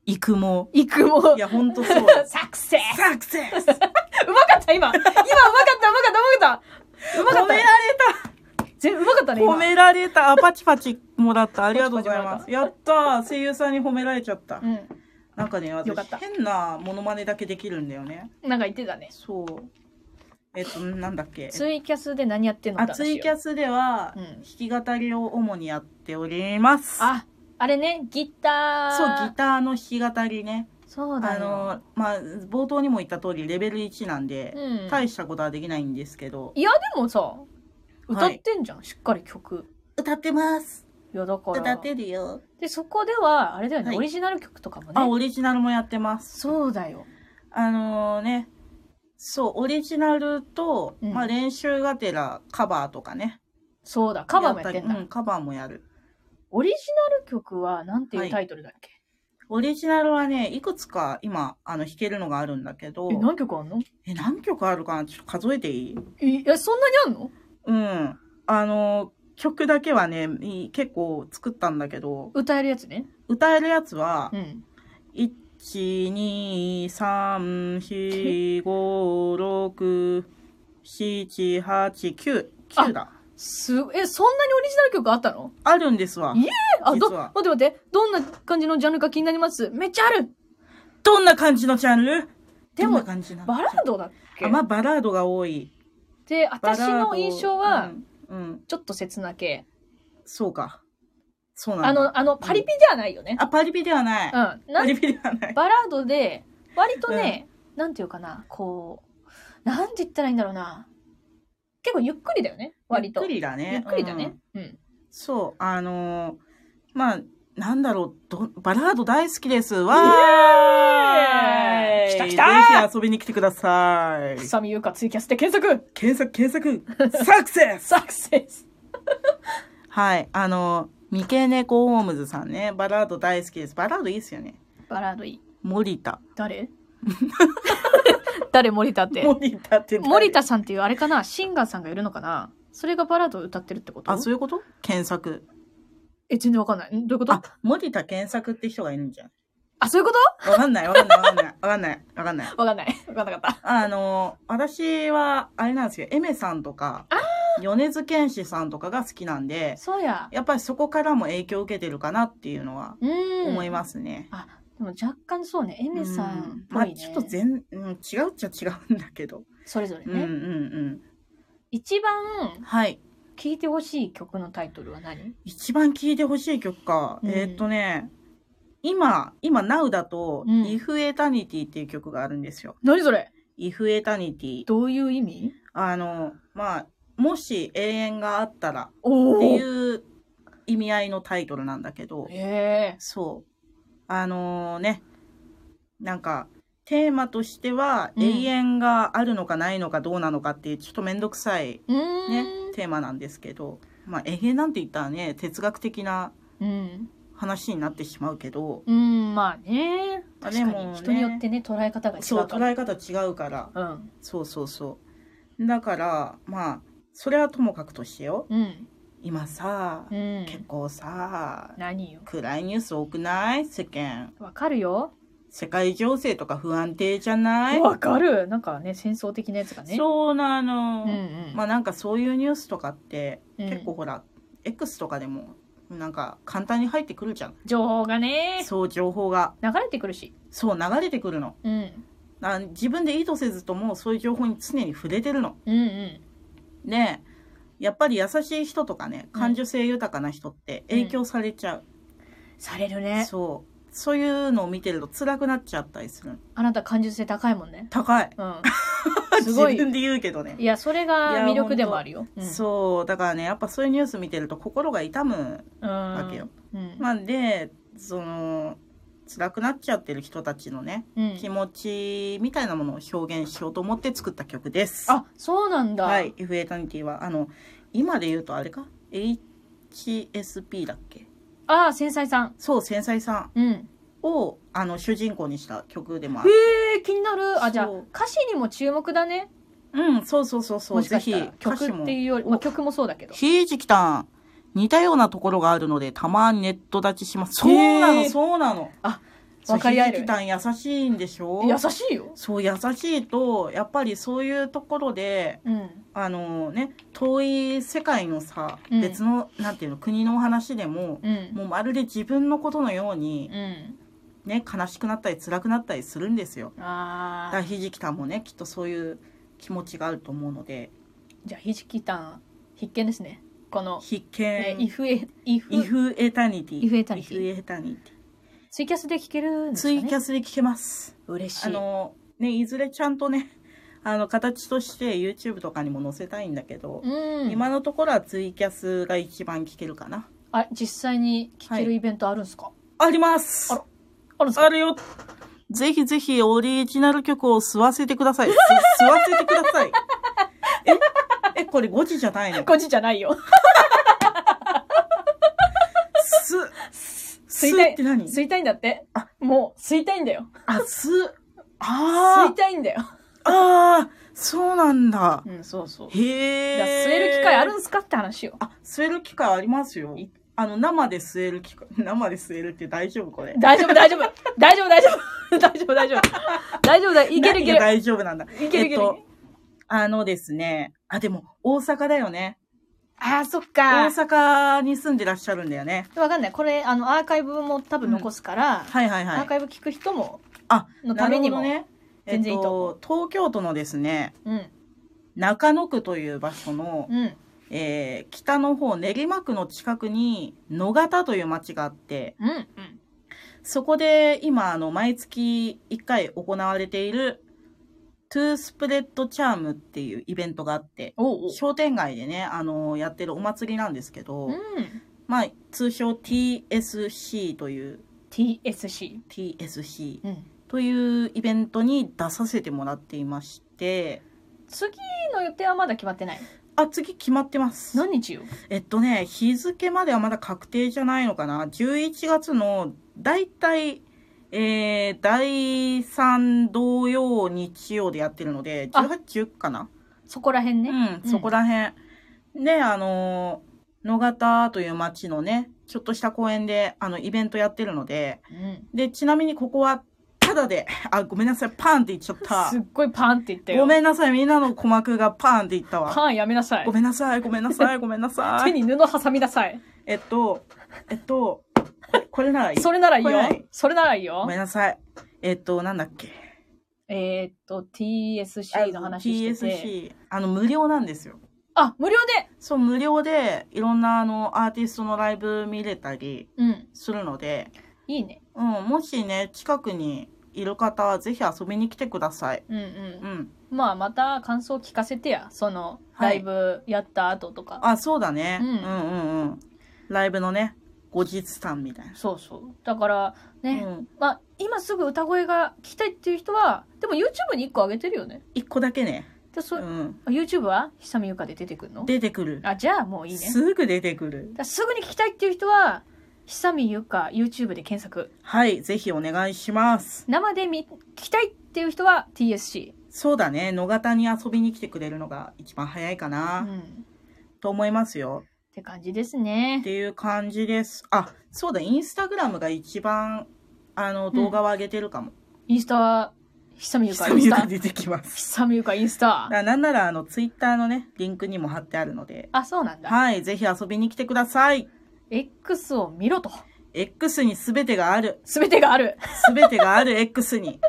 Speaker 1: 育毛
Speaker 2: 育も
Speaker 1: いやほんとそう
Speaker 2: サクセス
Speaker 1: サクセス
Speaker 2: うまかった、今今、うまかった、うまかった、うまかったうまか
Speaker 1: 褒
Speaker 2: っ
Speaker 1: められ
Speaker 2: た全うまかったね。今
Speaker 1: 褒められた。あ、パチパチもらった。ありがとうございま
Speaker 2: パチパ
Speaker 1: す。
Speaker 2: チ
Speaker 1: やったー。声優さんに褒められちゃった。
Speaker 2: う
Speaker 1: なんかね、私
Speaker 2: よかった
Speaker 1: 変なモノマネだけできるんだよね。
Speaker 2: ん。なんか言ってたね。
Speaker 1: そう。えっと、なんだっけ。
Speaker 2: ツイキャスで何やってんの
Speaker 1: あ、ツイキ
Speaker 2: ス。
Speaker 1: ャスでは
Speaker 2: うん、
Speaker 1: 弾き語りを主にやっております。
Speaker 2: あ、あれね、ギター。
Speaker 1: そう、ギターの弾き語りね。
Speaker 2: そうだ
Speaker 1: あ
Speaker 2: よ。
Speaker 1: の、まあ、冒頭にも言った通り、レベル1なんで、
Speaker 2: うん
Speaker 1: 大したことはできないんですけど、
Speaker 2: いや、でもさ、歌ってんじゃん、しっかり曲。
Speaker 1: 歌ってます。
Speaker 2: いや、だから。
Speaker 1: 歌ってるよ。
Speaker 2: で、そこでは、あれだよね、
Speaker 1: はい
Speaker 2: オリジナル曲とかも
Speaker 1: あ、
Speaker 2: ね。
Speaker 1: オリジナルもやってます。
Speaker 2: そうだよ。
Speaker 1: あのね、そう、オリジナルと、
Speaker 2: うん
Speaker 1: まあ、練習がてらカバーとかね。
Speaker 2: そうだ、カバーもやってんだ。
Speaker 1: うん、カバーもやる。
Speaker 2: オリジナル曲は、なんていうタイトルだっけ、
Speaker 1: オリジナルはね、いくつか今、あの、弾けるのがあるんだけど、
Speaker 2: え、何曲あんの
Speaker 1: え、何曲あるかなちょっと数えていい
Speaker 2: えいや、そんなにあんの
Speaker 1: うん。あの、曲だけはね、い結構作ったんだけど、
Speaker 2: 歌えるやつね。
Speaker 1: 歌えるやつは
Speaker 2: う、ん。
Speaker 1: 1,2,3,4,5,6,7,8,9。9だ。
Speaker 2: す、え、そんなにオリジナル曲あったの
Speaker 1: あるんですわ
Speaker 2: い。え、あ、ど、待
Speaker 1: 実
Speaker 2: っ
Speaker 1: は
Speaker 2: て待って。どんな感じのジャンルか気になります。めっちゃある
Speaker 1: どんな感じのジャンル
Speaker 2: でも
Speaker 1: どんな感じなの
Speaker 2: バラードだっけ
Speaker 1: あまあ、バラードが多い。
Speaker 2: で、
Speaker 1: バラ
Speaker 2: 私
Speaker 1: ード
Speaker 2: の印象は
Speaker 1: う、ん、うん
Speaker 2: ちょっと切な系。
Speaker 1: そうか。そうな
Speaker 2: あ
Speaker 1: んだ。
Speaker 2: の、あの、パリピではないよね。
Speaker 1: あ、パリピではない。
Speaker 2: うん。な
Speaker 1: パ
Speaker 2: ん
Speaker 1: リピではない。
Speaker 2: バラードで、割とね、なんていうかな、こう、なんて言ったらいいんだろうな。結構ゆっくりだよね、 割と。
Speaker 1: ゆっくりだね。
Speaker 2: ゆっくりだ
Speaker 1: う
Speaker 2: ね
Speaker 1: ん。
Speaker 2: うん。
Speaker 1: そう、あのーまあ、なんだろう、ど、バラード大好きです。わー
Speaker 2: イ
Speaker 1: い
Speaker 2: エーイ来た来た
Speaker 1: ぜひ遊びに来てください。
Speaker 2: サミユカツイキャスで検索
Speaker 1: 検索、検 索、サクセス
Speaker 2: サクセス
Speaker 1: はい、あのー、三毛猫ホームズさんね、バラード大好きです。バラードいいっすよね。
Speaker 2: バラードいい。
Speaker 1: 森田。
Speaker 2: 誰誰森田って。
Speaker 1: 森田って誰
Speaker 2: 森田さんっていうあれかな、シンガーさんがいるのかなそれがバラードを歌ってるってこと
Speaker 1: あ、そういうこと検索。
Speaker 2: え、全然わかんない。んどういうこと
Speaker 1: あ、森田検索って人がいるんじゃん。
Speaker 2: あ、そういうこと
Speaker 1: わかんない、わかんない、わかんない、わかんない、わかんない。
Speaker 2: わかんない。わかんなかっ
Speaker 1: あの、私は、あれなんですよ、エメさんとか、米津玄師さんとかが好きなんで
Speaker 2: た。、そうや。
Speaker 1: やっぱ りそこからも影響を受けてるかなっていうのは
Speaker 2: うーん。。
Speaker 1: 思いますすね。
Speaker 2: あ、でも若干そうね、エ
Speaker 1: う
Speaker 2: メさんっぽ
Speaker 1: まあ
Speaker 2: いね。
Speaker 1: ちょっと全、うん、違うっちゃ違うんだけど。
Speaker 2: それぞれ
Speaker 1: うんう
Speaker 2: ね。
Speaker 1: んうん。
Speaker 2: 一番
Speaker 1: はい。
Speaker 2: 聴いてほしい曲のタイトルは何
Speaker 1: 一番聴いてほしい曲か。
Speaker 2: うん
Speaker 1: えーっとね、今、今、Now だと、
Speaker 2: うん
Speaker 1: If Eternity っていう曲があるんですよ。
Speaker 2: 何それ
Speaker 1: If Eternity。
Speaker 2: どういう意味
Speaker 1: あの、まあ、もし永遠があったら、
Speaker 2: お
Speaker 1: ってい
Speaker 2: ー
Speaker 1: う意味合いのタイトルなんだけど、
Speaker 2: へえ。
Speaker 1: そう。あのね、なんか、テーマとしては、
Speaker 2: うん
Speaker 1: 永遠があるのかないのかどうなのかっていう、ちょっとめんどくさい、
Speaker 2: う
Speaker 1: ね、
Speaker 2: ーん。
Speaker 1: テーマなんですけど、まあ、永遠なんて言ったらね、哲学的な
Speaker 2: うん。
Speaker 1: 話になってしまうけど、
Speaker 2: うん、まあね。
Speaker 1: あ
Speaker 2: 確
Speaker 1: で
Speaker 2: か
Speaker 1: も
Speaker 2: に人によってね、捉え方が違
Speaker 1: そう、
Speaker 2: うから。
Speaker 1: 捉え方違うから、
Speaker 2: うん。
Speaker 1: そうそうそう。だから、まあ、それはともかくとしてよ、
Speaker 2: うん。
Speaker 1: 今さ
Speaker 2: う、
Speaker 1: 結
Speaker 2: ん。
Speaker 1: 構さ、
Speaker 2: 何よ。
Speaker 1: 暗いニュース多くない世間。
Speaker 2: わかるよ。
Speaker 1: 世界情勢とか不安定じゃない
Speaker 2: わかる。なんかね、戦争的なやつがね。
Speaker 1: そうなの、
Speaker 2: うんうん。
Speaker 1: まあなんかそういうニュースとかって、
Speaker 2: うん
Speaker 1: 結構ほら X とかでもなんか簡単に入ってくるじゃん
Speaker 2: 情報がね、
Speaker 1: そう情報が
Speaker 2: 流れてくるし。
Speaker 1: そう流れてくるの
Speaker 2: うん。
Speaker 1: あ自分で意図せずともそういう情報に常に触れてるの
Speaker 2: うんうん。
Speaker 1: でやっぱり優しい人とかね
Speaker 2: うん
Speaker 1: 感受性豊かな人って影響されちゃう、
Speaker 2: されるね。
Speaker 1: そうそういうのを見てると辛くなっちゃったりするの
Speaker 2: あなた感受性高いもんね。
Speaker 1: 高い
Speaker 2: うん。 すごい
Speaker 1: 自。分で言うけどね
Speaker 2: いや、それが魅力でもあるよ。うん
Speaker 1: そうだからねやっぱそういうニュース見てると心が痛む
Speaker 2: うん。
Speaker 1: わけよ。
Speaker 2: うん。
Speaker 1: なんでその辛くなっちゃってる人たちのね
Speaker 2: うん
Speaker 1: 気持ちみたいなものを表現しようと思って作った曲です。
Speaker 2: あ、そうなんだ。
Speaker 1: はい。「If Eternity」はあの今で言うとあれか HSP だっけ
Speaker 2: あー、繊細さん。
Speaker 1: そう繊細さ
Speaker 2: うん。
Speaker 1: んをあの主人公にした曲でもある。
Speaker 2: へえ、気になる。
Speaker 1: そ
Speaker 2: あ、
Speaker 1: う
Speaker 2: じゃあ、歌詞にも注目だね。
Speaker 1: うんそうそうそうそう
Speaker 2: もし
Speaker 1: ぜ
Speaker 2: かし
Speaker 1: ひ
Speaker 2: たら
Speaker 1: 歌詞
Speaker 2: 曲
Speaker 1: も
Speaker 2: っていうより、まあ、曲もそうだけど。
Speaker 1: ひいじきたん似たようなところがあるのでたまにネット立ちします。そ
Speaker 2: へー
Speaker 1: うなのそうなの。
Speaker 2: 分かり合え
Speaker 1: ひ
Speaker 2: る
Speaker 1: きたん優しいんでしょ
Speaker 2: 優しいよ。
Speaker 1: そう、優しいと、やっぱりそういうところで、
Speaker 2: うん。
Speaker 1: あのね、遠い世界のさ、
Speaker 2: うん
Speaker 1: 別の、なんていうの、国のお話でも、
Speaker 2: うん。
Speaker 1: もうまるで自分のことのように、
Speaker 2: うん。
Speaker 1: ね、悲しくなったり辛くなったりするんですよ。だ
Speaker 2: あ
Speaker 1: から
Speaker 2: あ。
Speaker 1: ひじきたんもね、きっとそういう気持ちがあると思うので、
Speaker 2: じゃあ、ひじきたん、必見ですね。この、
Speaker 1: 必
Speaker 2: えーイ
Speaker 1: 見、
Speaker 2: フエ、イフ、
Speaker 1: イフエタニティ。
Speaker 2: イフエタニティ
Speaker 1: イフエタニテ
Speaker 2: ツイキャスで聞けるん
Speaker 1: ィ
Speaker 2: です
Speaker 1: ツ
Speaker 2: かね
Speaker 1: イキャスで聞けます。
Speaker 2: 嬉しい。
Speaker 1: あの、ね、いずれちゃんとね、あの、形として YouTube とかにも載せたいんだけど、
Speaker 2: うん。
Speaker 1: 今のところはツイキャスが一番聞けるかな。
Speaker 2: あ、実際に聞ける
Speaker 1: は
Speaker 2: イベントあるんですか、
Speaker 1: あります
Speaker 2: あらあるんです
Speaker 1: あ
Speaker 2: か
Speaker 1: るよぜひぜひオリジナル曲を吸わせてください。す 吸わせてください。え、え、これ5時じゃないの
Speaker 2: こっちじゃないよ。
Speaker 1: す、
Speaker 2: 吸
Speaker 1: 吸
Speaker 2: いたい。
Speaker 1: うって何
Speaker 2: 吸いたいんだって。あ、もう、吸いたいんだよ。
Speaker 1: あ、吸う。
Speaker 2: 吸
Speaker 1: あ
Speaker 2: いたいんだよ。
Speaker 1: あ、ああ、そうなんだ。
Speaker 2: うん、そうそう。
Speaker 1: へえ。
Speaker 2: じゃあ、吸える機会あるんすかって話よ。
Speaker 1: あ、吸える機会ありますよ。あの、生で吸える機会、 生で吸えるって大丈夫これ。
Speaker 2: 大丈夫、大丈夫。大丈夫、大丈夫。大丈夫、大丈夫。大丈夫だ。いけるいけ
Speaker 1: 何が
Speaker 2: る。
Speaker 1: 大丈夫なんだ。
Speaker 2: いけるいけ
Speaker 1: えっ
Speaker 2: る。
Speaker 1: と、あのですね、あ、でも、大阪だよね。
Speaker 2: ああ、そっ
Speaker 1: 大
Speaker 2: か。
Speaker 1: 阪に住んでらっしゃるんだよね。
Speaker 2: わかんない。これ、あの、アーカイブも多分残すから、
Speaker 1: はいはい
Speaker 2: ア
Speaker 1: は
Speaker 2: ー
Speaker 1: い。
Speaker 2: カイブ聞く人も、
Speaker 1: あ、
Speaker 2: のためにも
Speaker 1: なるほどね。
Speaker 2: 全然いいと
Speaker 1: えっと、東京都のですね、
Speaker 2: うん、
Speaker 1: 中野区という場所の、
Speaker 2: うん。
Speaker 1: えー北の方練馬区の近くに野方という町があって、
Speaker 2: うん。うん。
Speaker 1: そこで今、あの、毎月1回行われている、トゥースプレッドチャームっていうイベントがあって、
Speaker 2: おうおう。
Speaker 1: 商店街でね、あの、やってるお祭りなんですけど、
Speaker 2: うん。
Speaker 1: まあ、通称 TSC という、
Speaker 2: TSC。
Speaker 1: TSC
Speaker 2: うん。
Speaker 1: というイベントに出させてもらっていまして、
Speaker 2: 次の予定はまだ決まってない。
Speaker 1: あ、次決まってます。
Speaker 2: 何日よ。
Speaker 1: えっとね、日付まではまだ確定じゃないのかな。11月の、だいたい、えー、第3土曜日曜でやってるので、
Speaker 2: あ
Speaker 1: 18、10かな。
Speaker 2: そこら辺ね。
Speaker 1: うん、そこら辺。で、あのー、野方という町のね、ちょっとした公園で、あの、イベントやってるので、
Speaker 2: うん。
Speaker 1: で、ちなみにここは、ただで、あ、ごめんなさい、パーンって言っちゃった
Speaker 2: す。っごいパンって言ったよ。
Speaker 1: ごめんなさい、みんなの鼓膜がパーンって言ったわ。
Speaker 2: パンやめなさい
Speaker 1: ご。めんなさい、ごめんなさい、ごめんなさ
Speaker 2: 手
Speaker 1: い。
Speaker 2: に布挟みなさい。
Speaker 1: えっと、えっと、これこれならいい。
Speaker 2: それならいいよ
Speaker 1: これない。
Speaker 2: それならいい
Speaker 1: ご
Speaker 2: よ
Speaker 1: め。んなさい。えっと、なんだっけ。
Speaker 2: えーっと、TSC の話してて。
Speaker 1: TSC。あの、無料なんですよ。
Speaker 2: あ、無料で
Speaker 1: そう、無料で、いろんな、あの、アーティストのライブ見れたり
Speaker 2: うん。
Speaker 1: するので、
Speaker 2: いいね。
Speaker 1: うん、もしね、近くにいる方は、ぜひ遊びに来てください。
Speaker 2: うん
Speaker 1: う。
Speaker 2: うんん。まあ、また感想聞かせてや。その、
Speaker 1: は
Speaker 2: ラ
Speaker 1: い
Speaker 2: イブやった後とか。
Speaker 1: あ、そうだね。
Speaker 2: う
Speaker 1: うんん、うん、うんうん。ライブのね、後日談みたいな。
Speaker 2: そうそう。だから、
Speaker 1: う
Speaker 2: ね、
Speaker 1: ん。
Speaker 2: まあ、今すぐ歌声が聞きたいっていう人は、でも YouTube に1個上げてるよね。
Speaker 1: 一個だけね。
Speaker 2: で、そうう、
Speaker 1: ん。
Speaker 2: YouTube は久美優香で出てくるの
Speaker 1: 出てくる。
Speaker 2: あ、じゃあもういいね。だか
Speaker 1: すぐ出てくる。
Speaker 2: らすぐに聞きたいっていう人は、久美優香 YouTube で検索。
Speaker 1: はい、ぜひお願いします。
Speaker 2: 生で見、聞きたいっていう人は TSC。
Speaker 1: そうだね、野方に遊びに来てくれるのが一番早いか
Speaker 2: う
Speaker 1: な、
Speaker 2: ん。
Speaker 1: と思いますよ。
Speaker 2: って感じです
Speaker 1: っ
Speaker 2: ね。
Speaker 1: ていう感じです。あ、そうだ、インスタグラムが一番、あの、
Speaker 2: ん
Speaker 1: 動画を上げてるかも。
Speaker 2: インスタは、久美優香
Speaker 1: 久
Speaker 2: インス
Speaker 1: 々
Speaker 2: タ
Speaker 1: に。出てきます。
Speaker 2: 久美優香インスタ。
Speaker 1: あなんなら、あの、ツイッターのね、リンクにも貼ってあるので、
Speaker 2: あ、そうなんだ。
Speaker 1: はい、ぜひ遊びに来てください。
Speaker 2: X を見ろと。
Speaker 1: X に全てがある。
Speaker 2: すべてがある。
Speaker 1: 全てが ある X に。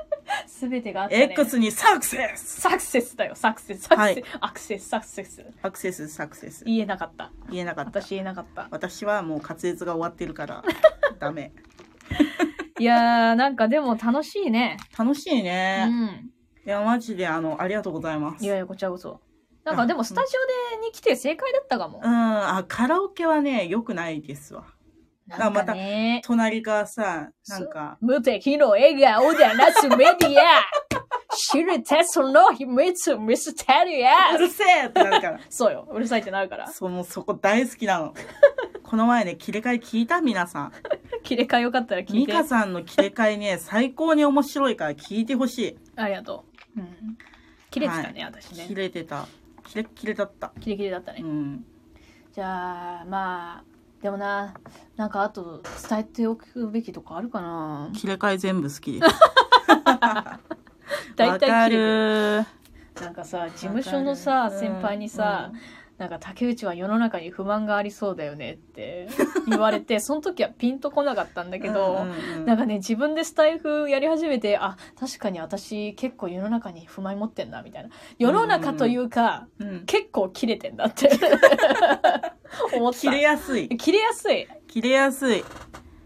Speaker 2: すべてがあったね。
Speaker 1: X にサクセス
Speaker 2: サクセスだよ、サクセス。サクセス、
Speaker 1: は
Speaker 2: アクセス、サクセス。
Speaker 1: アクセス、サクセス。
Speaker 2: 言えなかった。
Speaker 1: 言えなかった。
Speaker 2: 私言えなかった。
Speaker 1: 私はもう滑舌が終わってるから、ダメ。
Speaker 2: いやー、なんかでも楽しいね。
Speaker 1: 楽しいうね。
Speaker 2: ん。
Speaker 1: いや、マジで、あの、ありがとうございます。
Speaker 2: いやいや、こちらこそ。なんかでも、
Speaker 1: あ
Speaker 2: スタジオでに来て正解だったかも
Speaker 1: う。ん、あ、カラオケはね、良くないですわ。
Speaker 2: なんかね。
Speaker 1: 隣がさ、なんか、
Speaker 2: 無敵の笑顔でなすメディ ア。知るテストの秘密、ミステリア
Speaker 1: うるせえってなるか
Speaker 2: そうよ。うるさいってなるから
Speaker 1: ら。。その、そこ大好きなの。この前ね、切れ替え聞いた皆さん。
Speaker 2: 切れ替えよかったら聞い
Speaker 1: ミ
Speaker 2: て。
Speaker 1: カさんの切れ替えね、最高に面白いから聞いてほしい。
Speaker 2: ありがとう。うん。切れてたね、私
Speaker 1: 切
Speaker 2: ね。
Speaker 1: れてた。キレッキレだった。
Speaker 2: キレキレだった
Speaker 1: う
Speaker 2: ね。
Speaker 1: ん。
Speaker 2: じゃあ、まあ、でもな、なんかあと伝えておくべきとかあるかな。
Speaker 1: 切れ替え全部好きです。
Speaker 2: 大体切れてる
Speaker 1: わかる。
Speaker 2: なんかさ、事務所のさ、先輩にさ、なんか竹内は世の中に不満がありそうだよね って言われて、その時はピンとこなかったんだ
Speaker 1: だ
Speaker 2: けど、なんかね、自分でスタイフやり始めて、あ、確かに私結構世の中に不満持ってんだ、みたいな。世の中というか、
Speaker 1: うん、
Speaker 2: 結構切れてんだって 思った。
Speaker 1: 切れやすい。
Speaker 2: 切れやすい。
Speaker 1: 切れやすい。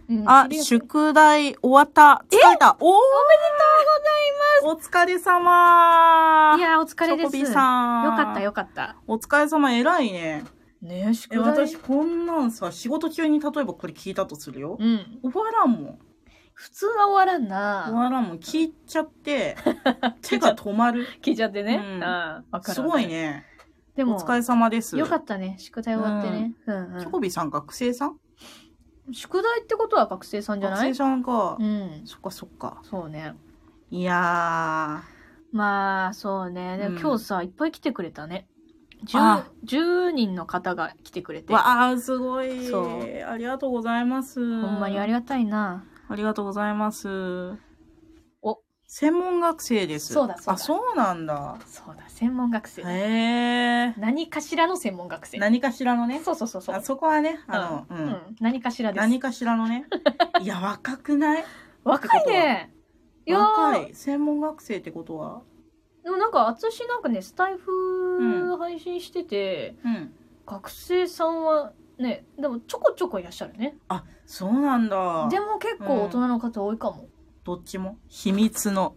Speaker 2: うん
Speaker 1: あ
Speaker 2: 切れ、やすい
Speaker 1: 宿題終わった。疲れた。おおめでとうございます。お疲れ様。
Speaker 2: いや、お疲れです。
Speaker 1: チョコビ
Speaker 2: よ
Speaker 1: さん。
Speaker 2: かった、。よかった。
Speaker 1: お疲れ様、偉いね。
Speaker 2: ねえ、宿
Speaker 1: え、
Speaker 2: 題。
Speaker 1: 私、こんなんさ、仕事中に例えばこれ聞いたとするよ。
Speaker 2: うん。
Speaker 1: 終わらんもん。
Speaker 2: 普通は終わらん
Speaker 1: 終
Speaker 2: な。
Speaker 1: わらんもん。聞いち ゃって、手が止まる。
Speaker 2: 聞いちゃってね。
Speaker 1: うん
Speaker 2: ああわかる。
Speaker 1: すごい。ね。
Speaker 2: で
Speaker 1: お
Speaker 2: も、
Speaker 1: 疲れ様です。
Speaker 2: よかったね。宿題終わってね。うん
Speaker 1: チョコビさんか、学生さん
Speaker 2: うん。宿題ってことは学生さんじゃ
Speaker 1: 学
Speaker 2: ない
Speaker 1: 生さんか
Speaker 2: う。ん。
Speaker 1: そっかそっか。
Speaker 2: そうね。
Speaker 1: いや
Speaker 2: まあ、そうね。でも
Speaker 1: うん
Speaker 2: 今日さ、いっぱい来てくれたね。
Speaker 1: あ
Speaker 2: 10, 10人の方が来てくれて。
Speaker 1: ー。わあ、すごい。
Speaker 2: そう
Speaker 1: ありがとうございます。
Speaker 2: ほんまにありがたいな。
Speaker 1: ありがとうございます。
Speaker 2: お
Speaker 1: 専門学生です。
Speaker 2: そうだそうだ
Speaker 1: あ、そうなんだ。
Speaker 2: そうだ、専門学生。
Speaker 1: へえ。
Speaker 2: 何かしらの専門学生。
Speaker 1: 何かしらのね。
Speaker 2: そうそうそうそう
Speaker 1: あ。そこはね、あの、
Speaker 2: う
Speaker 1: うんん。
Speaker 2: うん何かしらです。
Speaker 1: 何かしら のね。いや、若くない
Speaker 2: 若いね。いやー
Speaker 1: 若い。専門学生ってことは。
Speaker 2: でもなんか私なんかねスタイフ配信してて、
Speaker 1: うん。
Speaker 2: 学生さんはねでもちょこちょこいらっしゃるね
Speaker 1: あ、そうなんだ。
Speaker 2: でも結構大人の方多いかも、
Speaker 1: どっちも。秘密の。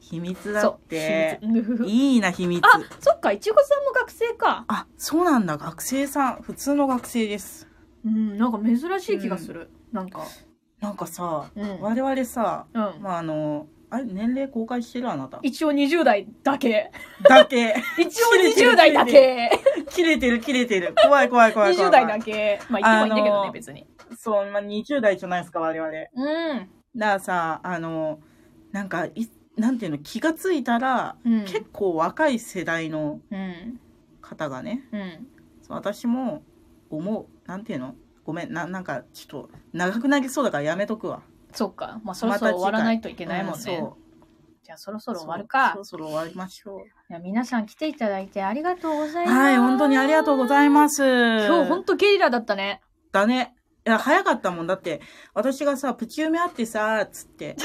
Speaker 1: 秘密だ
Speaker 2: そ
Speaker 1: っ
Speaker 2: う
Speaker 1: て。
Speaker 2: 秘密
Speaker 1: いいな、秘 密。
Speaker 2: あそっかいちごさんも学生か
Speaker 1: あ、そうなんだ。学生さん。普通の学生です。
Speaker 2: うんなんか珍しい気がする、なんか
Speaker 1: なんかさ、
Speaker 2: うん、
Speaker 1: 我々さ、
Speaker 2: うん
Speaker 1: まあ、あの、あれ、年齢公開してるあなた。
Speaker 2: 一応20代だ け
Speaker 1: だけ。
Speaker 2: 一応20代だけ
Speaker 1: 切れてる、切れてる。怖い、怖い、怖い。怖
Speaker 2: 20
Speaker 1: い
Speaker 2: 代だ。けまあ言ってもいいんだけど
Speaker 1: あ
Speaker 2: ね
Speaker 1: のー
Speaker 2: 別に
Speaker 1: そう、まあ、20代じゃないですか、我々。だか
Speaker 2: うん、
Speaker 1: らさ、あの、なんか、い、なんていうの、気がついたら、
Speaker 2: うん
Speaker 1: 結構若い世代の
Speaker 2: うん
Speaker 1: 方がね、
Speaker 2: うん
Speaker 1: そう私も思う。なんていうのごめん、な、なんか、ちょっと、長くなりそうだからやめとくわ。
Speaker 2: そっかまあそろそろ終わらないといけ
Speaker 1: い
Speaker 2: ないもんね、
Speaker 1: そう。
Speaker 2: じゃあそろそろ終わるか
Speaker 1: そうそろそろ終わりましょう。
Speaker 2: いや皆さん来ていただいてありがとうございます。。
Speaker 1: はい、本当にありがとうございますす。
Speaker 2: 今
Speaker 1: 今
Speaker 2: 日本当ゲリラだったね。
Speaker 1: だね。いや、早かったもん。だって、私がさ、プチ夢あってさ、つって、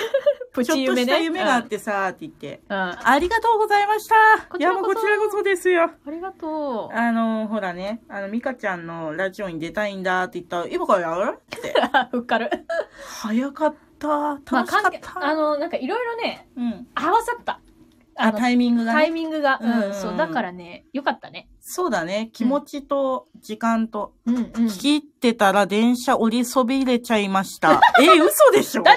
Speaker 2: プ
Speaker 1: ちょっとした夢があっ。てさ、って言って、
Speaker 2: うん。うんあ
Speaker 1: ありがとうございました
Speaker 2: こ
Speaker 1: い
Speaker 2: ちら
Speaker 1: や、
Speaker 2: こそ
Speaker 1: も
Speaker 2: う
Speaker 1: こちらこそですよ。
Speaker 2: りがとう。
Speaker 1: あの、ほらね、あの、ミカちゃんのラジオに出たいんだって言ったら、今からやる って。
Speaker 2: ふっかる。
Speaker 1: 早かった。
Speaker 2: まあ
Speaker 1: 楽しか
Speaker 2: 関係
Speaker 1: った。
Speaker 2: あのなんかいろいろね
Speaker 1: うん。
Speaker 2: 合わさった。あ
Speaker 1: あ、
Speaker 2: の
Speaker 1: タイミングが
Speaker 2: タイ
Speaker 1: ね。
Speaker 2: ミングが。
Speaker 1: うん
Speaker 2: うん。そうだからねよかったね。
Speaker 1: そうだね。気持ちと時間と。
Speaker 2: うんうん。大丈
Speaker 1: 聞き入ってたら電車降りそびれちゃいま した。え、嘘でしょ
Speaker 2: 夫？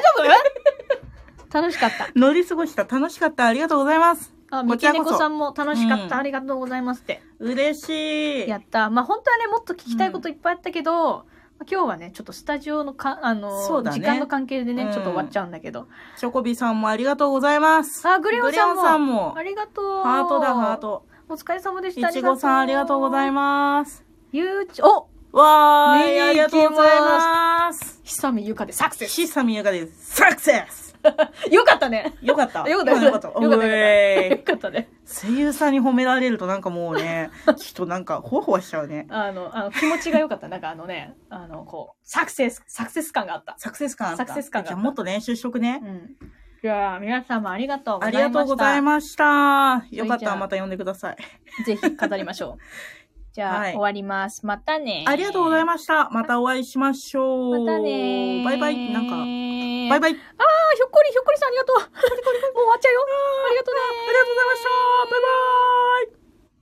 Speaker 2: 楽しかった。
Speaker 1: 乗り過ごした。楽しかった。ありがとうございます。
Speaker 2: あ
Speaker 1: こ
Speaker 2: 三
Speaker 1: ち
Speaker 2: 毛
Speaker 1: らこそ
Speaker 2: 猫さんも楽しかっ
Speaker 1: うん
Speaker 2: たありがとうございますって。
Speaker 1: 嬉しい。
Speaker 2: やった。まあ本当はねもっと聞きたいこといっぱいあったけど。まあ今日はね、ちょっとスタジオのか、あの
Speaker 1: そうだね
Speaker 2: 時間の関係でね、
Speaker 1: うん
Speaker 2: ちょっと終わっちゃうんだけど。
Speaker 1: チョコビさんもありがとうございます。
Speaker 2: あ、グレオさんも。
Speaker 1: さんも。
Speaker 2: ありがとう。
Speaker 1: ハートだ、ハー。ト。
Speaker 2: お疲れ様でし
Speaker 1: い
Speaker 2: た。
Speaker 1: ちごさんありがとうござい
Speaker 2: す。
Speaker 1: ます。
Speaker 2: ゆうち、お
Speaker 1: わー
Speaker 2: ね
Speaker 1: い、ありがとうございます。
Speaker 2: 久見ゆかでサクセス。
Speaker 1: シサミヤカです。サクセス
Speaker 2: よかったね。
Speaker 1: よかっ た。
Speaker 2: よかった
Speaker 1: よかった。
Speaker 2: よかったよかった
Speaker 1: お
Speaker 2: よ
Speaker 1: え
Speaker 2: かったね。
Speaker 1: 声優さんに褒められるとなんかもうね、ちょっとなんか、ほわほわしちゃうね。
Speaker 2: あの、あの気持ちがよかった。なんかあのね、あの、こう、サクセス、サクセス感があった。
Speaker 1: サクセス感あっ
Speaker 2: サ
Speaker 1: た。
Speaker 2: クセス感があ
Speaker 1: じ
Speaker 2: った
Speaker 1: ゃあもっと練習しとくね
Speaker 2: う。ん。じゃあ、皆様ありがとうござ
Speaker 1: あ
Speaker 2: い
Speaker 1: り
Speaker 2: ました。
Speaker 1: がとうございました。よかっ
Speaker 2: それじ
Speaker 1: た
Speaker 2: ゃあ
Speaker 1: らまた呼んでください。
Speaker 2: ぜひ語りまし ょう。じゃあ、
Speaker 1: はい
Speaker 2: 終わります。またね。
Speaker 1: ありがとうござい
Speaker 2: ま
Speaker 1: ました。またお会いしましょう。
Speaker 2: またね。
Speaker 1: バイバイ。なんか、
Speaker 2: バ
Speaker 1: バイバイ。ありがとうございまし
Speaker 2: あ、ひょっこりひょっこりさんありがとう。もう終わっちゃうよ。ありがとうね。
Speaker 1: た。バイバイ。